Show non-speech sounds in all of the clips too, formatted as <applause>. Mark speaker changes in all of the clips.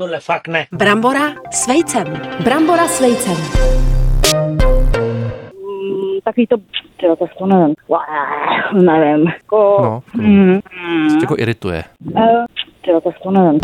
Speaker 1: Tohle fakt ne.
Speaker 2: Brambora s vejcem. Brambora s vejcem.
Speaker 3: Mm, takový to, tyjo, tak to nevím. Uáh, nevím. Jako,
Speaker 4: No, jako-
Speaker 3: mm,
Speaker 4: Tě
Speaker 3: mm,
Speaker 4: jako irituje.
Speaker 3: eh, tyjo, tak to nevím.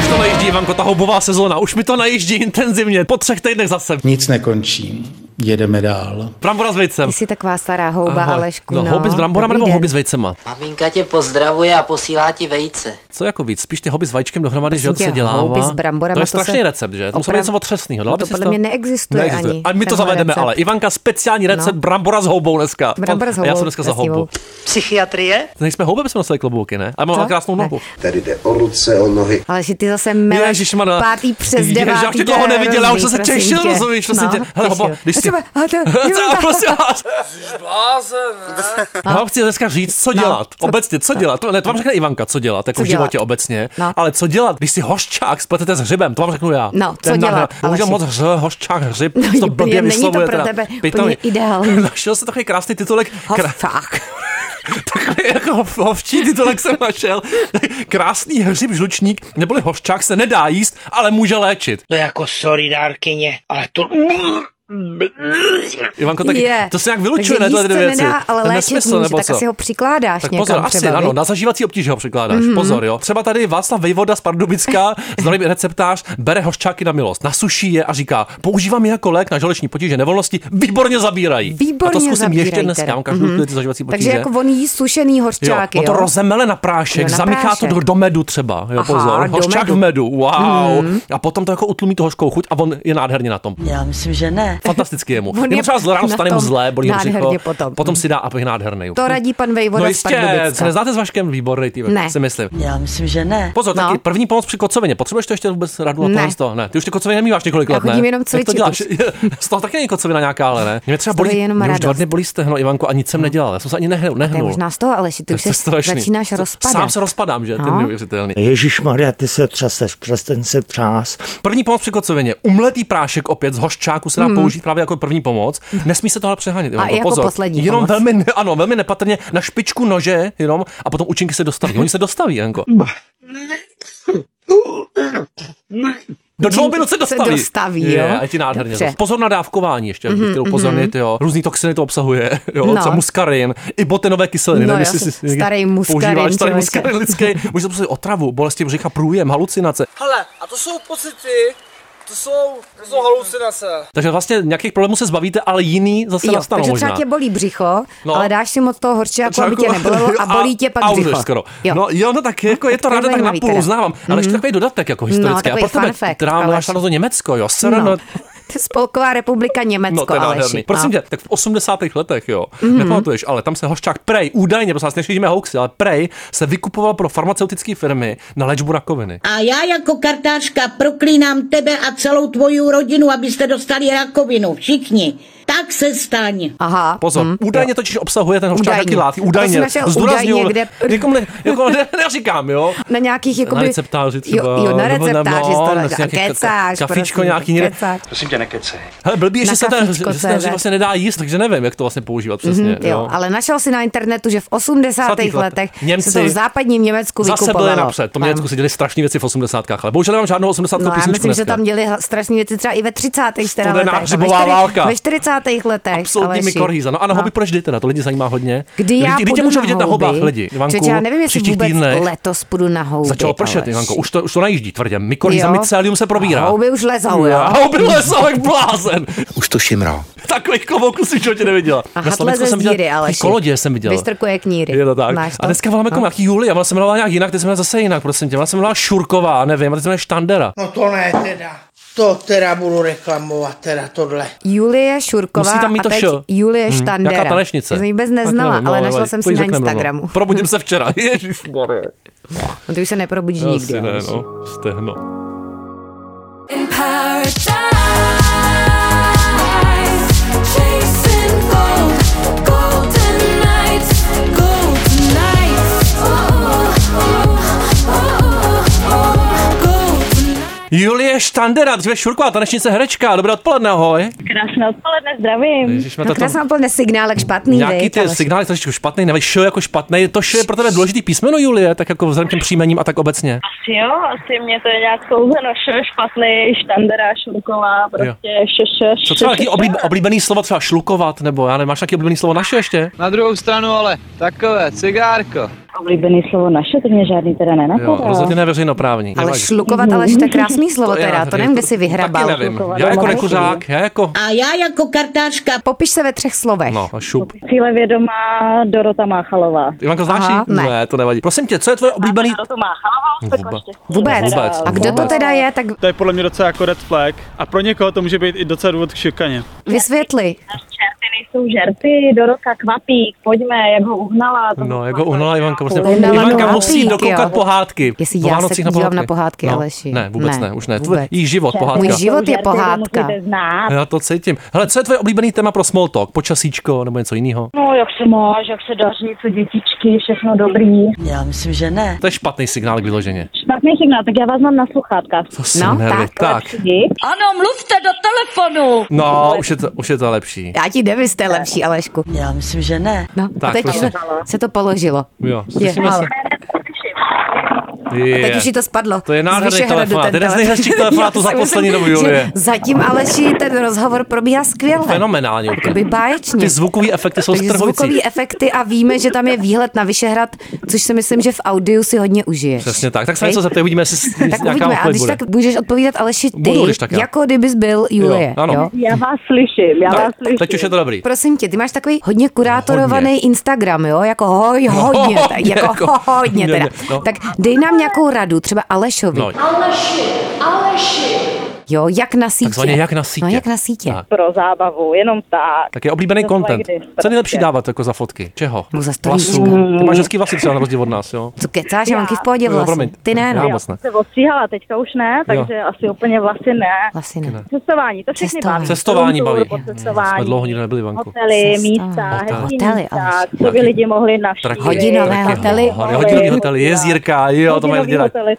Speaker 4: Už to najíždí, Ivanko, ta houbová sezóna. Už mi to najíždí intenzivně. Po třech týdnech zase.
Speaker 5: Nic nekončí. Jedeme dál.
Speaker 4: Brambora s vejcem.
Speaker 6: Ty jsi taková stará houba,
Speaker 4: Ahoj.
Speaker 6: Alešku.
Speaker 4: no, hobby s bramborama
Speaker 6: Dobrý
Speaker 4: nebo
Speaker 6: den.
Speaker 4: hobby s vejcema?
Speaker 7: Maminka tě pozdravuje a posílá ti vejce.
Speaker 4: Co jako víc? Spíš ty hobby s vajíčkem dohromady, že jo, to
Speaker 6: Tě,
Speaker 4: se dělá.
Speaker 6: houby s bramborama,
Speaker 4: to je
Speaker 6: to
Speaker 4: strašný
Speaker 6: se-
Speaker 4: recept, že? To musí být
Speaker 6: Opravdu-
Speaker 4: něco otřesného.
Speaker 6: No to podle mě neexistuje, ani.
Speaker 4: A my
Speaker 6: tenhle
Speaker 4: to zavedeme,
Speaker 6: recept.
Speaker 4: ale Ivanka speciální recept
Speaker 6: No.
Speaker 4: brambora s houbou dneska.
Speaker 6: Brambor s
Speaker 4: A já
Speaker 6: houbou,
Speaker 4: jsem dneska za
Speaker 6: s tím
Speaker 4: houbu.
Speaker 7: Psychiatrie?
Speaker 4: Nejsme houby, bychom nosili klobouky, ne? A mám
Speaker 6: Co?
Speaker 4: ale krásnou
Speaker 6: Ne.
Speaker 4: nohu.
Speaker 8: Tady jde o ruce, o nohy.
Speaker 6: Ale že ty zase mileš
Speaker 4: Ježišmarja.
Speaker 6: pátý přes
Speaker 4: Ježiš,
Speaker 6: devátý.
Speaker 4: já už tě dlouho
Speaker 6: to je
Speaker 4: neviděla,
Speaker 6: hrozný,
Speaker 4: už jsem se
Speaker 6: prosím
Speaker 4: těšil,
Speaker 6: tě.
Speaker 4: rozumíš, prosím tě.
Speaker 6: těšil.
Speaker 4: Hele, hobo, když
Speaker 6: A
Speaker 4: ty-
Speaker 6: třeba- a to-
Speaker 4: <laughs> Co, No, prosím vás. Já vám chci dneska říct, co dělat.
Speaker 6: co-
Speaker 4: Obecně, co dělat? To- Ne, to vám řekne Ivanka, co dělat, jako
Speaker 6: No. Co
Speaker 4: v životě
Speaker 6: dělat?
Speaker 4: obecně.
Speaker 6: No.
Speaker 4: Ale co dělat, když si hoščák spletete s hřibem, to vám řeknu já.
Speaker 6: No,
Speaker 4: To je
Speaker 6: co dělat,
Speaker 4: nádhera. Bohužel
Speaker 6: Aleši?
Speaker 4: moc hř, hoščák, hřib,
Speaker 6: No,
Speaker 4: to
Speaker 6: úplně není
Speaker 4: blbě
Speaker 6: to
Speaker 4: vyslovuje
Speaker 6: pro
Speaker 4: teda.
Speaker 6: tebe úplně
Speaker 4: Pitomě.
Speaker 6: ideální.
Speaker 4: <laughs> Našel jsem takový krásný titulek. krá-
Speaker 6: Hofák.
Speaker 4: <laughs> Takový jako hov- hovčí titulek jsem našel. Krásný hřib žlučník, neboli hoščák se nedá jíst, ale může léčit.
Speaker 1: To je jako sorry dárkyně, ale to...
Speaker 4: Ivanko, tak
Speaker 6: Je.
Speaker 4: to se nějak vylučuje, ne,
Speaker 6: Takže jíst
Speaker 4: tyhle dvě
Speaker 6: se
Speaker 4: věci.
Speaker 6: Nedá, ale
Speaker 4: To
Speaker 6: léčit
Speaker 4: je nesmysl,
Speaker 6: může,
Speaker 4: nebo
Speaker 6: tak
Speaker 4: co?
Speaker 6: asi ho přikládáš
Speaker 4: Tak
Speaker 6: někam
Speaker 4: pozor, asi,
Speaker 6: třeba,
Speaker 4: ano,
Speaker 6: viď? Mhm.
Speaker 4: na zažívací obtíže ho přikládáš, pozor, jo. Třeba tady Václav Vejvoda z Pardubicka, známý receptář, bere hoščáky na milost, nasuší je a říká, používám je jako lék na žaleční potíže nevolnosti, výborně zabírají. a to
Speaker 6: Výborně
Speaker 4: zkusím
Speaker 6: zabírají
Speaker 4: ještě dneska,
Speaker 6: teda. Mhm.
Speaker 4: mám každou mm ty zažívací potíže.
Speaker 6: Takže jako on jí sušený horščáky,
Speaker 4: jo,
Speaker 6: jo?
Speaker 4: on to rozemele na prášek,
Speaker 6: Jo, na
Speaker 4: zamíchá
Speaker 6: prášek.
Speaker 4: to do, do medu třeba, jo,
Speaker 6: Aha,
Speaker 4: pozor,
Speaker 6: do
Speaker 4: hoščák
Speaker 6: medu. Mhm.
Speaker 4: v medu, wow. A potom to jako utlumí tu hořkou chuť a on je nádherně na tom.
Speaker 7: Já myslím, že ne.
Speaker 4: Fantasticky je mu.
Speaker 6: <laughs> On
Speaker 4: Jemu
Speaker 6: je
Speaker 4: třeba zle- ráno
Speaker 6: na
Speaker 4: stane mu
Speaker 6: tom
Speaker 4: zlé, bolí ho
Speaker 6: nádherně
Speaker 4: břicho,
Speaker 6: potom. Mhm.
Speaker 4: potom si dá a pak je nádherný.
Speaker 6: To radí pan Vejvoda
Speaker 4: No
Speaker 6: z
Speaker 4: jistě,
Speaker 6: Pardubicka.
Speaker 4: se neznáte s Vaškem výborný tým,
Speaker 6: Ne.
Speaker 4: si myslím.
Speaker 7: Já myslím, že ne.
Speaker 4: Pozor,
Speaker 6: No.
Speaker 4: taky první pomoc při kocovině. Potřebuješ to ještě vůbec radu na
Speaker 6: Ne.
Speaker 4: tohle? z toho? Ne, ty už ty kocoviny nemýváš několik
Speaker 6: Já
Speaker 4: let, ne?
Speaker 6: chodím jenom
Speaker 4: Jak to
Speaker 6: cvičit
Speaker 4: děláš? <laughs> Z toho taky není kocovina nějaká, ale ne. Mě třeba
Speaker 6: Z toho
Speaker 4: bolí,
Speaker 6: je jenom
Speaker 4: mě už dva
Speaker 6: radost. No.
Speaker 4: dny bolí stehno, Ivanko, a nic jsem nedělal. Já jsem se ani nehnul.
Speaker 6: To je
Speaker 4: nehnul.
Speaker 6: možná z toho, ale ty už
Speaker 4: To
Speaker 6: se
Speaker 4: je strašný.
Speaker 6: začínáš
Speaker 4: To-
Speaker 6: rozpadat.
Speaker 4: Sám se rozpadám, že? To je
Speaker 6: No.
Speaker 4: neuvěřitelný.
Speaker 9: Ježíš Maria, ty se třeseš, přestaň se třás.
Speaker 4: První pomoc při kocovině. Umletý prášek opět z hoščáku se dá použít právě jako první pomoc. Nesmí se tohle přehánět. Ivanko,
Speaker 6: Hmm. jako
Speaker 4: pozor.
Speaker 6: poslední
Speaker 4: Jenom
Speaker 6: pomoc.
Speaker 4: velmi, ano, velmi nepatrně na špičku nože jenom a potom účinky se dostaví. Oni se dostaví, Janko. Do dvou minut se
Speaker 6: se
Speaker 4: dostaví.
Speaker 6: dostaví, jo.
Speaker 4: Je, a je ti nádherně.
Speaker 6: Dobře. Mhm,
Speaker 4: zase. Pozor na dávkování ještě, mm-hmm, chtěl upozornit, jo. Různý toxiny to obsahuje, jo.
Speaker 6: No.
Speaker 4: No. Třeba muskarin, i botenové kyseliny.
Speaker 6: No,
Speaker 4: nevím,
Speaker 6: já
Speaker 4: jestli
Speaker 6: jsem- starý muskarin,
Speaker 4: používáš starý
Speaker 6: člověče.
Speaker 4: muskarin lidský. Může to působit otravu, bolesti břicha, průjem, halucinace.
Speaker 10: Hele, a to jsou pocity, to jsou, to jsou halucinace.
Speaker 4: Takže vlastně nějakých problémů se zbavíte, ale jiný zase
Speaker 6: Jo,
Speaker 4: nastanou
Speaker 6: takže
Speaker 4: možná.
Speaker 6: třeba tě bolí břicho,
Speaker 4: No. jako-
Speaker 6: ale dáš si moc toho horščáku, aby tě nebolelo a bolí tě pak
Speaker 4: <laughs> a
Speaker 6: břicho.
Speaker 4: umřeš skoro.
Speaker 6: Jo.
Speaker 4: No jo, no tak jako je to
Speaker 6: Tak to je
Speaker 4: ráda tak na
Speaker 6: zajímavý
Speaker 4: půl
Speaker 6: teda. Mhm. No,
Speaker 4: uznávám, ale ještě takový dodatek jako historický.
Speaker 6: takový
Speaker 4: a pro
Speaker 6: fun
Speaker 4: tebe,
Speaker 6: fact,
Speaker 4: která
Speaker 6: Aleš.
Speaker 4: máš na to Německo, jo, SRN,
Speaker 6: No. Spolková republika Německo,
Speaker 4: No, to je
Speaker 6: Aleši.
Speaker 4: nádherný. Prosím tě, tak v 80. letech, jo,
Speaker 6: Mhm.
Speaker 4: nepamatuješ, ale tam se hoščák Prej, údajně, prosím vás, nešíříme hoaxy, ale Prej se vykupoval pro farmaceutické firmy na léčbu rakoviny.
Speaker 11: A já jako kartářka proklínám tebe a celou tvoji rodinu, abyste dostali rakovinu. Všichni. Tak se staň.
Speaker 6: Aha.
Speaker 4: Pozor,
Speaker 6: hm.
Speaker 4: údajně totiž obsahuje ten hoščák
Speaker 6: Údajně.
Speaker 4: taky látky,
Speaker 6: To jsi
Speaker 4: údajně,
Speaker 6: našel
Speaker 4: zdůrazňuju,
Speaker 6: údajně, kde-
Speaker 4: nikomu ne,
Speaker 6: <laughs>
Speaker 4: jako ne, neříkám, jo.
Speaker 6: Na nějakých jakoby...
Speaker 4: receptáři třeba,
Speaker 6: Jo, jo na
Speaker 4: nebo na-
Speaker 6: receptáři.
Speaker 4: no,
Speaker 6: No,
Speaker 4: na
Speaker 6: no,
Speaker 4: nějaký
Speaker 6: kecáš,
Speaker 4: kafíčko
Speaker 6: prosím,
Speaker 4: nějaký někde.
Speaker 6: kecáš.
Speaker 8: Prosím tě, nekecej.
Speaker 4: Hele, blbý je,
Speaker 6: Na
Speaker 4: že se ten, že
Speaker 6: kafíčko
Speaker 4: že se ten
Speaker 6: CZ.
Speaker 4: hřib vlastně nedá jíst, takže nevím, jak to vlastně používat přesně.
Speaker 6: Mhm, jo, ale našel si na internetu, že v 80.
Speaker 4: Svatých letech.
Speaker 6: letech
Speaker 4: Němci
Speaker 6: se to v západním Německu
Speaker 4: Zase byli
Speaker 6: vykupovalo.
Speaker 4: napřed, to mě
Speaker 6: Tam.
Speaker 4: Německu si děli strašné věci v 80. ale bohužel nemám žádnou 80.
Speaker 6: No já
Speaker 4: písničku
Speaker 6: myslím,
Speaker 4: dneska.
Speaker 6: že tam děli strašné věci třeba i ve 30. teda
Speaker 4: Studená
Speaker 6: letech. a ve
Speaker 4: hřibová
Speaker 6: čtyři-
Speaker 4: válka.
Speaker 6: Ve 40. letech,
Speaker 4: Absolutní
Speaker 6: Aleši.
Speaker 4: mykorhýza. No a
Speaker 6: No.
Speaker 4: na hobby proč jde teda? To lidi zajímá hodně.
Speaker 6: Kdy já
Speaker 4: tě- kdy tě
Speaker 6: půjdu
Speaker 4: můžu
Speaker 6: na
Speaker 4: vidět na
Speaker 6: houby?
Speaker 4: hobách lidi? Ivanku,
Speaker 6: Přece já nevím,
Speaker 4: v
Speaker 6: jestli
Speaker 4: příštích
Speaker 6: vůbec
Speaker 4: týdnech
Speaker 6: letos půjdu na houby.
Speaker 4: Začalo pršet,
Speaker 6: Aleš.
Speaker 4: Ivanko, už to, už to najíždí tvrdě. Mykorhýza,
Speaker 6: Jo.
Speaker 4: mycelium se probírá.
Speaker 6: Houby už lezou, jo.
Speaker 4: A houby lesou jak blázen.
Speaker 9: <laughs> Už to šimrá.
Speaker 4: Takových klobouků si v životě neviděla.
Speaker 6: A
Speaker 4: Na
Speaker 6: hatle
Speaker 4: Slovensku
Speaker 6: ze
Speaker 4: jsem viděl-
Speaker 6: zvíry, ale
Speaker 4: ty kolodě jsem viděl.
Speaker 6: Vystrkuje kníry. No.
Speaker 4: Je to tak.
Speaker 6: Znáš
Speaker 4: A dneska voláme jako nějaký Julie, ona se jmenovala nějak jinak, ty se jmenuje zase jinak, prosím tě. Ona se jmenovala Šurková, nevím, a ty se jmenuje Štandera.
Speaker 10: No to ne teda. To teda budu reklamovat, teda tohle.
Speaker 6: Julie Šurková
Speaker 4: Musí tam mít
Speaker 6: a
Speaker 4: to
Speaker 6: teď
Speaker 4: š. Hmm.
Speaker 6: Julie Štandera.
Speaker 4: Jaká tanečnice?
Speaker 6: Já jsem ji vůbec
Speaker 4: Tak
Speaker 6: neznala,
Speaker 4: nevím, no,
Speaker 6: ale
Speaker 4: nevadí,
Speaker 6: našla jsem
Speaker 4: to jí
Speaker 6: si na
Speaker 4: řekneme, no.
Speaker 6: Instagramu.
Speaker 4: Probudím se včera, <laughs> ježišmarja.
Speaker 6: No, ty už se neprobudíš nikdy.
Speaker 4: Asi ne,
Speaker 6: Aleš.
Speaker 4: no. Stehno. Julie Štandera, dříve Šurková, tanečnice herečka. Dobré odpoledne, ahoj.
Speaker 3: Krásné odpoledne, zdravím.
Speaker 4: Ježiš,
Speaker 6: No krásná odpoledne, signálek špatný,
Speaker 4: Nějaký
Speaker 6: viď,
Speaker 4: ty
Speaker 6: ale-
Speaker 4: signály je trošičku špatný, nebo š jako špatný. To š je pro tebe důležitý písmeno, Julie, tak jako vzhledem k těm příjmením a tak obecně.
Speaker 3: Asi jo, asi mě to je nějak souzeno, š, špatný, štandera, šurková, prostě š, š, š,
Speaker 4: Co
Speaker 3: š,
Speaker 4: třeba nějaký
Speaker 3: š.
Speaker 4: oblíb, oblíbený slovo třeba šlukovat, nebo já nevím, máš nějaký oblíbený slovo naše ještě?
Speaker 10: Na druhou stranu ale takové, cigárko.
Speaker 3: Oblíbený slovo naše, to mě žádný teda
Speaker 4: Jo,
Speaker 3: nenapadá.
Speaker 4: rozhodně ne veřejnoprávní.
Speaker 6: No. Ale
Speaker 4: nevadí.
Speaker 6: šlukovat, ale že to je krásný slovo
Speaker 4: To já
Speaker 6: teda, to
Speaker 4: taky-
Speaker 6: nevím, kde jsi
Speaker 4: Taky
Speaker 6: vyhrabal.
Speaker 4: nevím. Já jako nekuřák, já jako...
Speaker 11: A já jako kartářka
Speaker 6: Popiš se ve třech slovech.
Speaker 4: No, a šup.
Speaker 3: Cíle vědomá Dorota Máchalová.
Speaker 4: Ivanko, znáš
Speaker 6: Aha,
Speaker 4: ji?
Speaker 6: ne.
Speaker 4: ne. to nevadí. Prosím tě, co je tvoje oblíbený...
Speaker 3: Dorota Máchalová,
Speaker 4: Vůbec.
Speaker 6: Vůbec.
Speaker 4: Vůbec.
Speaker 6: A kdo to teda je, tak
Speaker 12: To je podle mě docela jako red flag a pro někoho to může být i docela důvod k šikaně.
Speaker 6: vysvětli.
Speaker 3: Čerty nejsou žerty, Dorota Kvapík, pojďme, jak ho uhnala. To
Speaker 4: No, jako uhnala Ivanka. Prostě.
Speaker 6: Uhnala
Speaker 4: Ivanka
Speaker 6: Nová
Speaker 4: musí
Speaker 6: Pík, jo.
Speaker 4: dokoukat pohádky.
Speaker 6: Jestli
Speaker 4: Po
Speaker 6: já se
Speaker 4: Vánocích
Speaker 6: dívám
Speaker 4: pohádky.
Speaker 6: na pohádky,
Speaker 4: no,
Speaker 6: Aleši.
Speaker 4: Ne, vůbec ne,
Speaker 6: Ne,
Speaker 4: už ne. Tvůj,
Speaker 6: vůbec.
Speaker 4: její život, pohádka.
Speaker 6: Můj život je
Speaker 3: žerty, to
Speaker 6: pohádka.
Speaker 3: musíte znát.
Speaker 4: Já to cítím. Hele, co je tvoje oblíbený téma pro small talk? Počasíčko nebo něco jiného?
Speaker 3: No, jak se máš, jak se daří, co dětičky, všechno dobrý.
Speaker 7: Já myslím, že ne.
Speaker 4: To je špatný signál k vyloženě.
Speaker 3: Špatný signál, tak já vás mám na sluchátkách.
Speaker 4: To
Speaker 6: No,
Speaker 4: jsou nervy. Tak.
Speaker 3: Jdi.
Speaker 7: Ano, mluvte do telefonu.
Speaker 4: No, už je, to, už je to lepší.
Speaker 6: Já ti nevím, jste lepší, Alešku.
Speaker 7: Já myslím, že ne.
Speaker 6: No,
Speaker 4: Tak,
Speaker 6: a teď
Speaker 4: prosím.
Speaker 6: se to položilo.
Speaker 4: Jo,
Speaker 6: Je,
Speaker 4: slyšíme se.
Speaker 6: ale- A teď už jí to spadlo.
Speaker 4: To je nádherný
Speaker 6: Z Vyšehradu
Speaker 4: telefonát.
Speaker 6: ten
Speaker 4: Jeden z
Speaker 6: telefon.
Speaker 4: nejhezčích
Speaker 6: <laughs>
Speaker 4: telefonátů
Speaker 6: Já
Speaker 4: za
Speaker 6: si myslím,
Speaker 4: poslední dobu,
Speaker 6: že
Speaker 4: Julie.
Speaker 6: Zatím Aleši ten rozhovor probíhá skvěle.
Speaker 4: Fenomenálně. úplně.
Speaker 6: By báječně.
Speaker 4: Ty zvukové efekty jsou
Speaker 6: Takže
Speaker 4: strhující.
Speaker 6: zvukové efekty a víme, že tam je výhled na Vyšehrad, což si myslím, že v audiu si hodně užiješ.
Speaker 4: Přesně tak. Tak se
Speaker 6: Hej.
Speaker 4: něco zeptej, uvidíme, jestli s-
Speaker 6: Tak
Speaker 4: nějaká
Speaker 6: uvidíme, a
Speaker 4: odpověď
Speaker 6: když
Speaker 4: bude.
Speaker 6: tak můžeš odpovídat Aleši ty,
Speaker 4: Budu, když tak já.
Speaker 6: jako kdybys byl Julie.
Speaker 4: ano.
Speaker 6: jo?
Speaker 3: Já vás slyším, já vás slyším.
Speaker 4: Teď už je to dobrý.
Speaker 6: Prosím tě, ty máš takový hodně kurátorovaný
Speaker 4: Hodně.
Speaker 6: Instagram, jo? Jako hoj,
Speaker 4: No,
Speaker 6: hodně, no,
Speaker 4: hodně,
Speaker 6: jako,
Speaker 4: jako-
Speaker 6: <laughs> hodně teda.
Speaker 4: hodně, no.
Speaker 6: Tak dej nám nějakou radu, třeba Alešovi.
Speaker 4: No.
Speaker 13: Aleši, Aleši.
Speaker 6: Jo, jak na sítě.
Speaker 4: Takzvaně jak na sítě.
Speaker 6: No, jak na sítě.
Speaker 4: Tak.
Speaker 3: Pro zábavu, jenom tak.
Speaker 4: Tak je oblíbený
Speaker 3: To
Speaker 4: content.
Speaker 3: fakt jde,
Speaker 4: Co je nejlepší
Speaker 3: prostě.
Speaker 4: dávat jako za fotky? Čeho?
Speaker 6: No, za
Speaker 4: Vlasů.
Speaker 6: storíčka.
Speaker 4: Ty máš hezký vlasy třeba na rozdíl od nás, jo?
Speaker 6: Co kecáš, já mám v pohodě
Speaker 4: Jo,
Speaker 6: vlasy.
Speaker 4: promiň.
Speaker 6: Ty ne,
Speaker 4: Já
Speaker 6: no.
Speaker 4: moc ne.
Speaker 3: Se ostříhala, teďka už ne, takže asi úplně vlastně ne.
Speaker 6: Vlasy ne.
Speaker 3: Cestování, to všechny
Speaker 6: Cestování.
Speaker 3: baví.
Speaker 4: Cestování
Speaker 3: Room
Speaker 4: baví.
Speaker 3: tour,
Speaker 4: Mm,
Speaker 3: Cestování.
Speaker 4: Jsme dlouho nikdy nebyli venku.
Speaker 3: Hotely, místa,
Speaker 4: Hotely.
Speaker 3: hezký
Speaker 6: Hotely,
Speaker 3: místa, co by lidi mohli navštívit.
Speaker 6: Hodinové hotely.
Speaker 4: Hodinový hotel, jezírka, jo, to mají
Speaker 3: Hodinový
Speaker 4: vzdělat.
Speaker 3: hotely,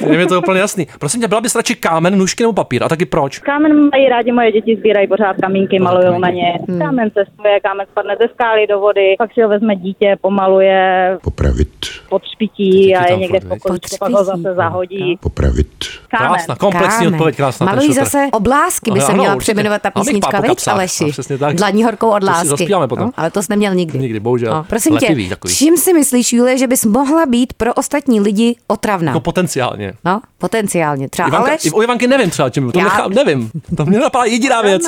Speaker 3: tak.
Speaker 4: Je mi to úplně jasný. Prosím tě, byla bys radši kámen, nůžky nebo papír? A taky proč?
Speaker 3: Kámen mají rádi, moje děti sbírají pořád kamínky, malují na ně.
Speaker 4: Hmm.
Speaker 3: Kámen cestuje, kámen spadne ze skály do vody, pak si ho vezme dítě, pomaluje. Popravit. Podšpití a je
Speaker 4: tam
Speaker 3: někde
Speaker 4: furt,
Speaker 3: v
Speaker 4: viď?
Speaker 3: pokoji, pak ho zase zahodí. Popravit. Kámen.
Speaker 4: Krásná, komplexní
Speaker 6: Kámen.
Speaker 4: odpověď, krásná. ten
Speaker 6: Malují
Speaker 4: šuter.
Speaker 6: zase oblásky, by
Speaker 4: Ale
Speaker 6: se
Speaker 4: ano,
Speaker 6: měla
Speaker 4: určitě.
Speaker 6: přejmenovat ta
Speaker 4: Mám jich
Speaker 6: písnička,
Speaker 4: pár po
Speaker 6: viď,
Speaker 4: kapsách, no,
Speaker 6: Aleši?
Speaker 4: přesně tak.
Speaker 6: Dlaní horkou od
Speaker 4: To si
Speaker 6: lásky.
Speaker 4: zaspíváme potom.
Speaker 6: No, ale to jsi neměl nikdy.
Speaker 4: Nikdy, bohužel.
Speaker 6: No, prosím tě,
Speaker 4: Letivý takový.
Speaker 6: čím si myslíš, Julie, že bys mohla být pro ostatní lidi otravná?
Speaker 4: No potenciálně.
Speaker 6: No, potenciálně. Třeba
Speaker 4: Ivanka,
Speaker 6: Aleš,
Speaker 4: U Ivanky nevím třeba, čím, to
Speaker 6: Já-
Speaker 4: nechám, nevím. To mě napadá jediná věc.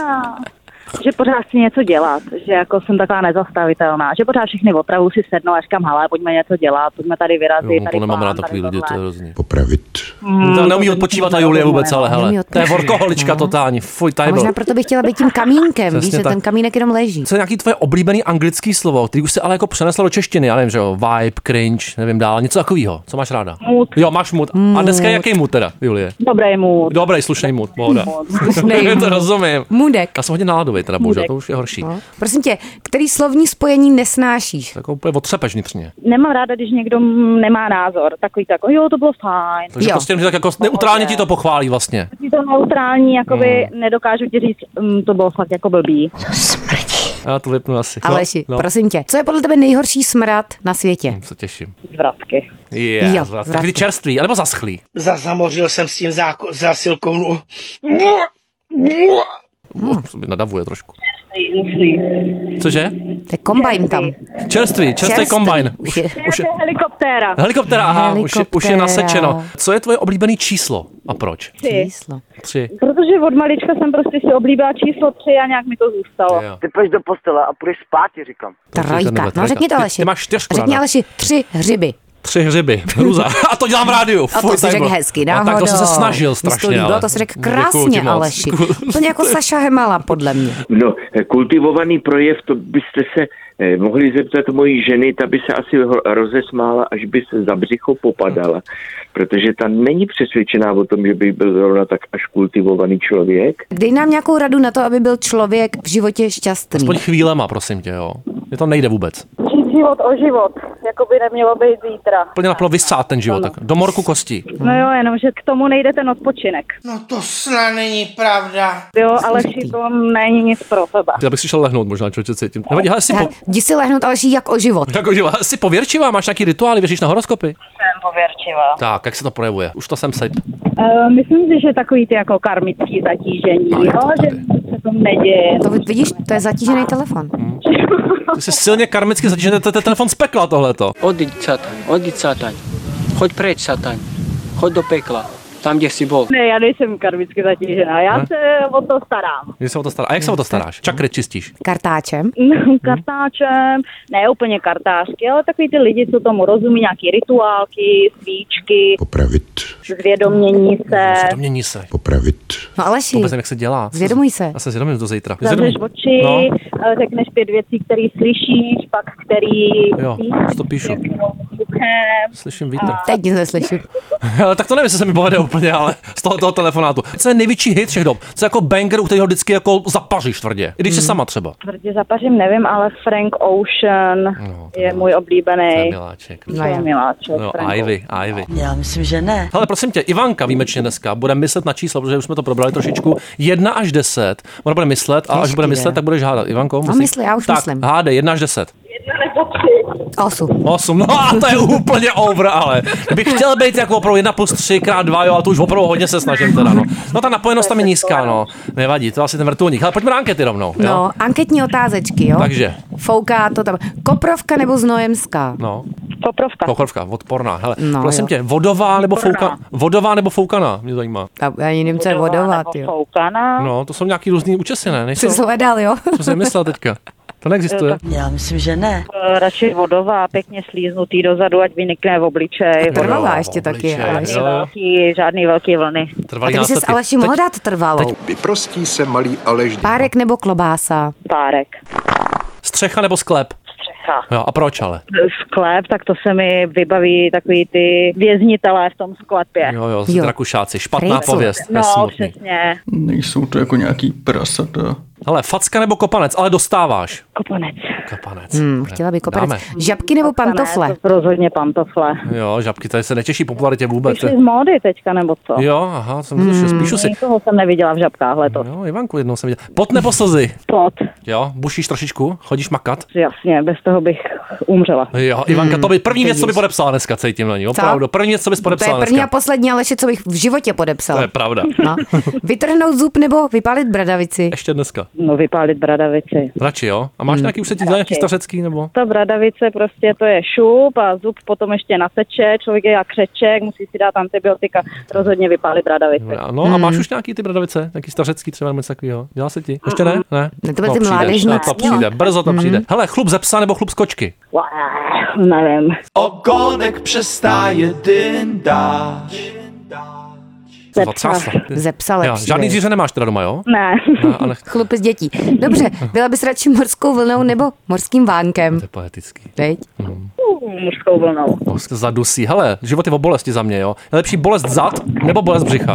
Speaker 3: Že pořád chci něco dělat, že jako jsem taková nezastavitelná, že pořád všechny opravu si sednou a říkám, hele, pojďme něco dělat, pojďme tady vyrazit,
Speaker 4: Jo,
Speaker 3: tady
Speaker 4: to nemám
Speaker 3: plán,
Speaker 4: rád
Speaker 3: tady
Speaker 4: takový lidi, to je
Speaker 3: tohle.
Speaker 4: hrozný. Popravit. Hmm, To neumí odpočívat na
Speaker 3: neumí
Speaker 4: Julie vůbec,
Speaker 3: odpočívat,
Speaker 4: ale
Speaker 6: neumí
Speaker 4: hele. To je
Speaker 6: odpočívat. No.
Speaker 4: vorkoholička totální. Fuj, ta
Speaker 6: a
Speaker 4: je
Speaker 6: možná
Speaker 4: byl.
Speaker 6: proto bych chtěla být tím kamínkem,
Speaker 4: Přesně
Speaker 6: víš, že
Speaker 4: tak.
Speaker 6: ten kamínek jenom leží.
Speaker 4: Co je nějaký tvoje oblíbený anglický slovo, který už se ale jako přeneslo do češtiny, já nevím, že jo, vibe, cringe, nevím dál, něco takového. Co máš ráda?
Speaker 3: Mood.
Speaker 4: Jo, máš mood. A dneska je jaký mood teda, Julie?
Speaker 3: Dobrý mood. <laughs>
Speaker 4: Dobrý, slušný mood, pohoda. <laughs>
Speaker 6: Slušnej
Speaker 4: to
Speaker 6: mood. No.
Speaker 4: rozumím.
Speaker 6: Mudek.
Speaker 4: Já jsem hodně náladový, teda bohužel,
Speaker 3: Moodek.
Speaker 4: to už je horší.
Speaker 6: Prosím tě, který slovní spojení nesnášíš?
Speaker 4: Tak úplně otřepeš vnitřně.
Speaker 3: Nemám ráda, když někdo mm, nemá názor, takový tak, jo, to bylo fajn.
Speaker 4: Takže prostě jenom tak jako neutrálně ti to pochválí vlastně.
Speaker 3: Takový to neutrální, jakoby
Speaker 4: Hmm.
Speaker 3: nedokážu ti říct, mm, to bylo fakt jako blbý.
Speaker 4: Já to vypnu asi.
Speaker 6: Aleši,
Speaker 4: no, Hm. no.
Speaker 6: prosím tě, co je podle tebe nejhorší smrad na světě?
Speaker 4: se těším.
Speaker 3: Zvratky.
Speaker 4: Yeah,
Speaker 6: Jo,
Speaker 4: zvrat-
Speaker 6: zvratky.
Speaker 4: Takový čerstvý, anebo zaschlý.
Speaker 1: Zazamořil jsem s tím záko- zásilkou.
Speaker 6: Hmm.
Speaker 4: Uf, to mi nadavuje trošku. Cože?
Speaker 6: To je kombajn tam.
Speaker 4: Čerstvý, čerstvý
Speaker 6: Čerstvý.
Speaker 4: kombajn. Už, je- už je,
Speaker 3: To je helikoptéra.
Speaker 4: helikoptera, aha, už je, už je
Speaker 6: Helikoptéra.
Speaker 4: nasečeno. Co je tvoje oblíbené číslo a proč?
Speaker 3: Tři.
Speaker 6: Číslo.
Speaker 4: Tři.
Speaker 3: Protože od malička jsem prostě si oblíbila číslo tři a nějak mi to zůstalo.
Speaker 4: Jo.
Speaker 14: Ty půjdeš do postele a půjdeš spát, ti říkám.
Speaker 6: Trojka. No řekni to
Speaker 4: Ty-
Speaker 6: Aleši.
Speaker 4: ty máš čtyřku,
Speaker 6: Řekni
Speaker 4: Dana.
Speaker 6: Aleši tři hřiby.
Speaker 4: Tři hřiby, hruza. A to dělám v rádiu.
Speaker 6: A
Speaker 4: Fuj,
Speaker 6: to si
Speaker 4: tady
Speaker 6: řekl
Speaker 4: bylo.
Speaker 6: hezky,
Speaker 4: A
Speaker 6: náhodou.
Speaker 4: tak to jsem se
Speaker 6: Mi
Speaker 4: snažil
Speaker 6: se to
Speaker 4: strašně.
Speaker 6: líbilo,
Speaker 4: ale-
Speaker 6: to si řekl
Speaker 4: Děkuju ti
Speaker 6: krásně,
Speaker 4: moc.
Speaker 6: Aleši. Úplně jako Saša Hemala, podle mě.
Speaker 15: No, kultivovaný projev, to byste se eh, mohli zeptat mojí ženy, ta by se asi ho- rozesmála, až by se za břicho popadala, protože ta není přesvědčená o tom, že by byl zrovna tak až kultivovaný člověk.
Speaker 6: Dej nám nějakou radu na to, aby byl člověk v životě šťastný.
Speaker 4: Aspoň chvílema, prosím tě, jo. Mně to nejde vůbec.
Speaker 3: Říct život o život, jako by nemělo být zítra.
Speaker 4: Úplně naplno vysát ten život, tak do morku kostí.
Speaker 3: No jo, jenomže k tomu nejde ten odpočinek.
Speaker 1: No to snad není pravda.
Speaker 3: Jo, ale šikom není nic pro sebe.
Speaker 4: Já bych si šel lehnout možná, člověče cítím. Nevadí, hele, si, po,
Speaker 6: Jdi si lehnout, ale jak o život.
Speaker 4: jako, že, hele, si pověrčivá, máš nějaký rituály, věříš na horoskopy?
Speaker 3: Jsem pověrčivá.
Speaker 4: Tak, jak se to projevuje? Už to jsem sejp.
Speaker 3: Uh, myslím si, že takový ty jako karmický zatížení,
Speaker 4: No,
Speaker 3: jo, že se to neděje.
Speaker 6: To vidíš, to je zatížený telefon.
Speaker 4: Hmm. Ty jsi silně karmicky zatížený, to je ten telefon z pekla tohleto.
Speaker 16: Odíď, satan, odíď, satan. Choď preč, satan. Choď do pekla. Tam, kde si bol.
Speaker 3: Ne, já nejsem karmicky zatížená, já
Speaker 4: Ne?
Speaker 3: se o to starám.
Speaker 4: Kdy se o to stará? A jak se o to staráš? Čakry čistíš.
Speaker 6: Kartáčem?
Speaker 3: No,
Speaker 4: Mhm.
Speaker 3: <laughs> kartáčem, ne úplně kartářky, ale takový ty lidi, co tomu rozumí, nějaký rituálky, svíčky. Popravit. Zvědomění se.
Speaker 4: Zvědomění se. Popravit.
Speaker 6: No Aleši.
Speaker 4: Vůbec nevím, jak se dělá.
Speaker 6: Zvědomuj se.
Speaker 4: Já se zvědomím do zítra.
Speaker 3: Zavřeš oči,
Speaker 4: No,
Speaker 3: eh, řekneš pět věcí, které slyšíš, pak který
Speaker 4: jo, už to píšu.
Speaker 3: sluchem.
Speaker 4: Slyším vítr.
Speaker 6: Teď nic neslyším.
Speaker 4: Ale tak to nevím, jestli se mi povede úplně, ale z toho, toho telefonátu. Co je největší hit všech dob? Co je jako banger, u kterého vždycky jako zapaříš tvrdě? I když jsi sama třeba.
Speaker 3: Tvrdě zapařím, nevím, ale Frank Ocean
Speaker 4: No,
Speaker 3: je můj oblíbený.
Speaker 4: Miláček.
Speaker 3: To je miláček.
Speaker 4: No,
Speaker 3: Frank
Speaker 4: Ivy, Ivy.
Speaker 7: Já myslím, že ne.
Speaker 4: Hele, prosím tě, Ivanka výjimečně dneska bude myslet na čísla, protože už jsme to probrali trošičku. 1 až 10. Ona bude myslet a až
Speaker 6: Hezký
Speaker 4: bude
Speaker 6: den.
Speaker 4: myslet, tak budeš hádat. Ivanko,
Speaker 6: No,
Speaker 4: musíš-
Speaker 6: mysli, já už
Speaker 4: tak,
Speaker 6: myslím.
Speaker 4: Hádej, 1 až 10.
Speaker 6: Osm.
Speaker 4: 8, no a to je úplně over, ale bych chtěl být jako opravdu 1 plus 3 krát 2, jo, ale to už opravdu hodně se snažím teda, no. No ta napojenost tam je nízká, no. Nevadí, to asi ten vrtulník. Ale pojďme na ankety rovnou, jo.
Speaker 6: No, anketní otázečky, jo?
Speaker 4: Takže.
Speaker 6: Fouká to tam. Koprovka nebo Znojemská?
Speaker 4: No.
Speaker 3: Koprovka.
Speaker 4: Koprovka, odporná. Hele,
Speaker 6: No,
Speaker 4: no, prosím
Speaker 6: jo.
Speaker 4: jo. tě, vodová nebo
Speaker 6: Odporná.
Speaker 4: fouka, vodová nebo foukaná, mě zajímá.
Speaker 6: A já jiným co je vodovat, jo.
Speaker 3: Foukaná.
Speaker 4: No, to jsou nějaký různý účesy, ne? Nejsou?
Speaker 6: Jsi to hledal, jo?
Speaker 4: Co jsem myslel teďka? To neexistuje.
Speaker 7: Já myslím, že ne.
Speaker 3: Radši vodová, pěkně slíznutý dozadu, ať vynikne v
Speaker 4: <laughs>
Speaker 3: obličej.
Speaker 4: Trvalá Vodová ještě v taky, obličeji, Aleš.
Speaker 3: Žádný
Speaker 4: jo.
Speaker 3: velký, žádný velký vlny.
Speaker 4: Trvalý
Speaker 6: Ty bys Aleši mohl dát trvalou.
Speaker 8: Vyprostí se malý Aleš.
Speaker 6: Párek nebo klobása?
Speaker 3: Párek.
Speaker 4: Střecha nebo sklep?
Speaker 3: Střecha.
Speaker 4: Jo, a proč ale?
Speaker 3: Sklep, tak to se mi vybaví takový ty věznitelé v tom sklepě.
Speaker 4: Jo, jo, jo. drakušáci, špatná
Speaker 3: Rejcu.
Speaker 4: pověst.
Speaker 3: No,
Speaker 4: No, smutný.
Speaker 3: přesně.
Speaker 12: Nejsou to jako nějaký prasata.
Speaker 4: Hele, facka nebo kopanec, ale dostáváš.
Speaker 3: Kopanec.
Speaker 4: Kopanec.
Speaker 6: Hmm, chtěla by kopanec.
Speaker 4: Dáme.
Speaker 6: Žabky nebo pantofle?
Speaker 3: Rozhodně pantofle.
Speaker 4: Jo, žabky, tady se netěší popularitě vůbec.
Speaker 3: Jsi z módy teďka, nebo co?
Speaker 4: Jo, aha, jsem
Speaker 6: Hmm.
Speaker 4: mm. slyšel, spíšu si.
Speaker 3: Nikoho jsem neviděla v žabkách letos.
Speaker 4: Jo, Ivanku jednou jsem viděl. Pot nebo slzy?
Speaker 3: Pot.
Speaker 4: Jo, bušíš trošičku, chodíš makat.
Speaker 3: Jasně, bez toho bych umřela.
Speaker 4: Jo, Ivanka, to by první
Speaker 6: Hmm,
Speaker 4: věc, co by
Speaker 6: vidíš.
Speaker 4: podepsala dneska, cítím na ní, opravdu. První věc, co bys
Speaker 6: To je
Speaker 4: podepsala
Speaker 6: první a
Speaker 4: dneska.
Speaker 6: poslední Aleši, co bych v životě
Speaker 4: To
Speaker 6: podepsala. <laughs>
Speaker 4: je pravda. <laughs>
Speaker 6: No. Vytrhnout zub nebo vypálit bradavici?
Speaker 4: Ještě dneska.
Speaker 3: No vypálit bradavici.
Speaker 4: Radši, jo? A máš
Speaker 6: Hmm.
Speaker 4: nějaký už se ti dělá nějaký stařecký nebo?
Speaker 3: Ta bradavice prostě to je šup a zub potom ještě naseče, člověk je jak křeček, musí si dát antibiotika, rozhodně vypálit bradavici.
Speaker 4: No a máš už nějaký ty bradavice, nějaký stařecký třeba nebo něco takového? Dělá se ti? Ještě ne? Ne,
Speaker 6: Ne, to byly
Speaker 4: No,
Speaker 6: ty
Speaker 4: přijde,
Speaker 6: mládežnické.
Speaker 4: no, To přijde, brzo to
Speaker 6: Mhm.
Speaker 4: přijde. Hele, chlup ze psa nebo chlup z kočky?
Speaker 3: Nevím.
Speaker 17: Ogonek přestáje dyndáč.
Speaker 4: Zatřásla.
Speaker 6: Zepsala.
Speaker 4: Jo, žádný zvíře nemáš teda doma, jo?
Speaker 3: Ne.
Speaker 4: Ne, ale
Speaker 6: Chlupy z dětí.
Speaker 4: <laughs>
Speaker 6: Dobře, byla bys radši morskou vlnou nebo morským vánkem?
Speaker 4: poetický.
Speaker 6: Veď?
Speaker 3: <laughs> Mužskou vlnou.
Speaker 4: To se Zadusí. Hele, život je o bolesti za mě, jo? Je lepší bolest zad nebo bolest břicha?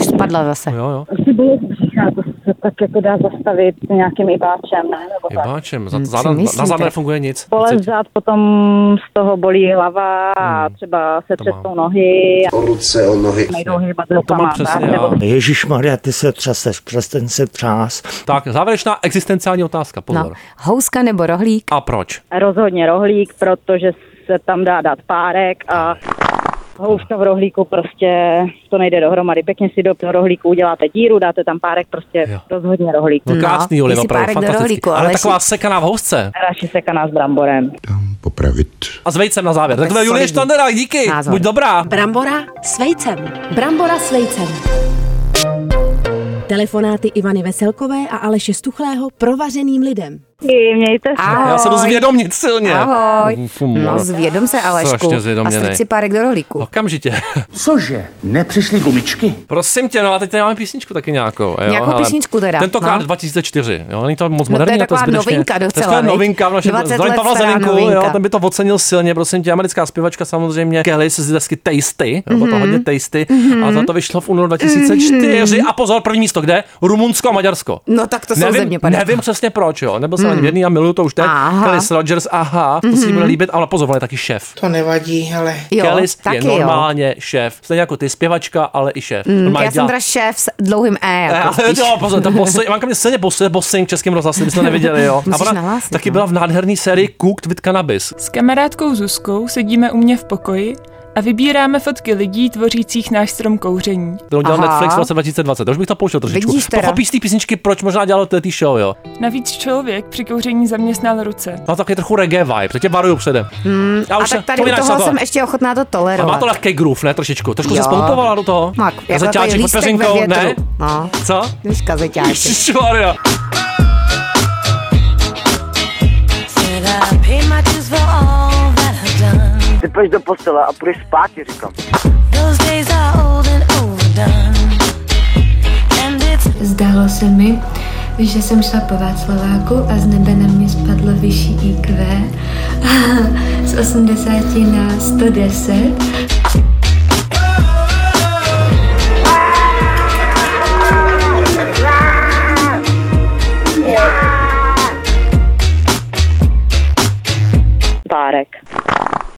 Speaker 6: Už spadla zase.
Speaker 4: Jo, jo.
Speaker 3: Asi bylo břicha, to se tak jako dá zastavit nějakým ibáčem, ne? Nebo tak.
Speaker 4: Jebáčem, za,
Speaker 3: Hmm,
Speaker 4: záda,
Speaker 3: si myslím,
Speaker 4: na záda
Speaker 3: tak.
Speaker 4: nefunguje nic.
Speaker 3: Bolest zad, potom z toho bolí hlava a třeba se třesou nohy.
Speaker 8: O ruce, o nohy.
Speaker 3: Nejdou hýbat
Speaker 4: No,
Speaker 3: rukama. tak, nebo
Speaker 9: Ježíš Maria, ty se třaseš, prsten se třás.
Speaker 4: Tak, závěrečná existenciální otázka, pozor. No.
Speaker 6: Houska nebo rohlík?
Speaker 4: A proč?
Speaker 3: Rozhodně rohlík, protože se tam dá dát párek a houska v rohlíku prostě to nejde dohromady. Pěkně si do toho rohlíku uděláte díru, dáte tam párek, prostě rozhodně rohlík.
Speaker 4: No, krásný no, oliva, opravdu, fantastický. ale,
Speaker 3: ale
Speaker 4: taková sekaná v housce.
Speaker 3: Radši sekaná s bramborem.
Speaker 4: A s vejcem na závěr. Tak to je Julie Štandera, díky, buď dobrá.
Speaker 2: Brambora s vejcem. Brambora s vejcem. Telefonáty Ivany Veselkové a Aleše Stuchlého provařeným lidem.
Speaker 3: I mějte se.
Speaker 4: No, Já se jdu zvědomit silně.
Speaker 6: Ahoj.
Speaker 4: Uf, uf,
Speaker 6: No,
Speaker 4: uf.
Speaker 6: zvědom se, Alešku.
Speaker 4: Strašně
Speaker 6: A
Speaker 4: zvědoměnej. No,
Speaker 6: strč si párek do rohlíku.
Speaker 4: Okamžitě. <laughs>
Speaker 9: Cože? Nepřišly gumičky?
Speaker 4: Prosím tě, no a teď tady máme písničku taky nějakou. Jo,
Speaker 6: Nějakou
Speaker 4: ale
Speaker 6: písničku teda,
Speaker 4: Tentokrát
Speaker 6: no.
Speaker 4: 2004, jo, není to moc
Speaker 6: No, to je
Speaker 4: moderní, ale
Speaker 6: taková
Speaker 4: zbytečně-
Speaker 6: novinka docela,
Speaker 4: To je
Speaker 6: viď?
Speaker 4: novinka v našem
Speaker 6: 20
Speaker 4: zdravím
Speaker 6: let
Speaker 4: Pavla
Speaker 6: stará
Speaker 4: Zelenku, jo,
Speaker 6: novinka.
Speaker 4: ten by to ocenil silně, prosím tě, americká zpěvačka samozřejmě, Kelly se z desky Tasty, mm-hmm. to
Speaker 6: Mhm.
Speaker 4: hodně Tasty,
Speaker 6: Mhm.
Speaker 4: a za to vyšlo v únoru 2004
Speaker 6: Mhm.
Speaker 4: a pozor, první místo kde? Rumunsko a Maďarsko.
Speaker 6: No tak to jsou
Speaker 4: nevím,
Speaker 6: země, Hmm. pane.
Speaker 4: Nevím přesně proč, jo, nebyl jsem ale věrný a miluju to už teď. Kelly Rogers, aha, to
Speaker 6: Mhm.
Speaker 4: si jí bude líbit, ale pozor, on je taky šéf.
Speaker 1: To nevadí, ale...
Speaker 4: Kellys je normálně šéf. Stejně jako ty zpěvačka, ale i šéf.
Speaker 6: Mm,
Speaker 4: Normálně
Speaker 6: já jsem
Speaker 4: dělá-
Speaker 6: teda
Speaker 4: <laughs>
Speaker 6: šéf s dlouhým E.
Speaker 4: Eh,
Speaker 6: Jako
Speaker 4: ale
Speaker 6: spíš.
Speaker 4: jo, pozor, ta bossing, Ivanka mě stejně bossuje bossing v českém rozhlase, my jsme to neviděli, jo.
Speaker 6: <laughs> Musíš no.
Speaker 4: ona
Speaker 6: nahlásit,
Speaker 4: taky byla v nádherné sérii Cooked with Cannabis.
Speaker 18: S kamarádkou Zuzkou sedíme u mě v pokoji a vybíráme fotky lidí tvořících náš strom kouření.
Speaker 4: Kterou dělal Netflix v roce 2020, to už bych to pouštěl trošičku.
Speaker 18: Vidíš teda.
Speaker 4: Pochopíš z té písničky, proč možná dělal této show, jo.
Speaker 18: Navíc člověk při kouření zaměstnal ruce.
Speaker 4: Má taky No, trochu reggae vibe, to tě varuju předem.
Speaker 6: Mm,
Speaker 4: Já
Speaker 6: a
Speaker 4: už se-
Speaker 6: tak tady u
Speaker 4: vzpomínáš na
Speaker 6: toho
Speaker 4: to?
Speaker 6: jsem ještě ochotná to
Speaker 4: A má
Speaker 6: tolerovat.
Speaker 4: to lehký groove, ne trošičku. Trošku se
Speaker 6: Jo.
Speaker 4: spoutovala do toho.
Speaker 6: Mak, jako
Speaker 4: Kazeťáček
Speaker 6: takový
Speaker 4: pod
Speaker 6: lístek ve
Speaker 4: peřinkou,
Speaker 6: větru.
Speaker 4: ne?
Speaker 6: No.
Speaker 4: Co?
Speaker 6: Víš, kazeťáček.
Speaker 4: Ježišmarja.
Speaker 14: Ty půjdeš do postele a půjdeš spát, ti říkám.
Speaker 19: Zdálo se mi, že jsem šla po Václaváku a z nebe na mě spadlo <laughs> vyšší IQ z 80 na 110.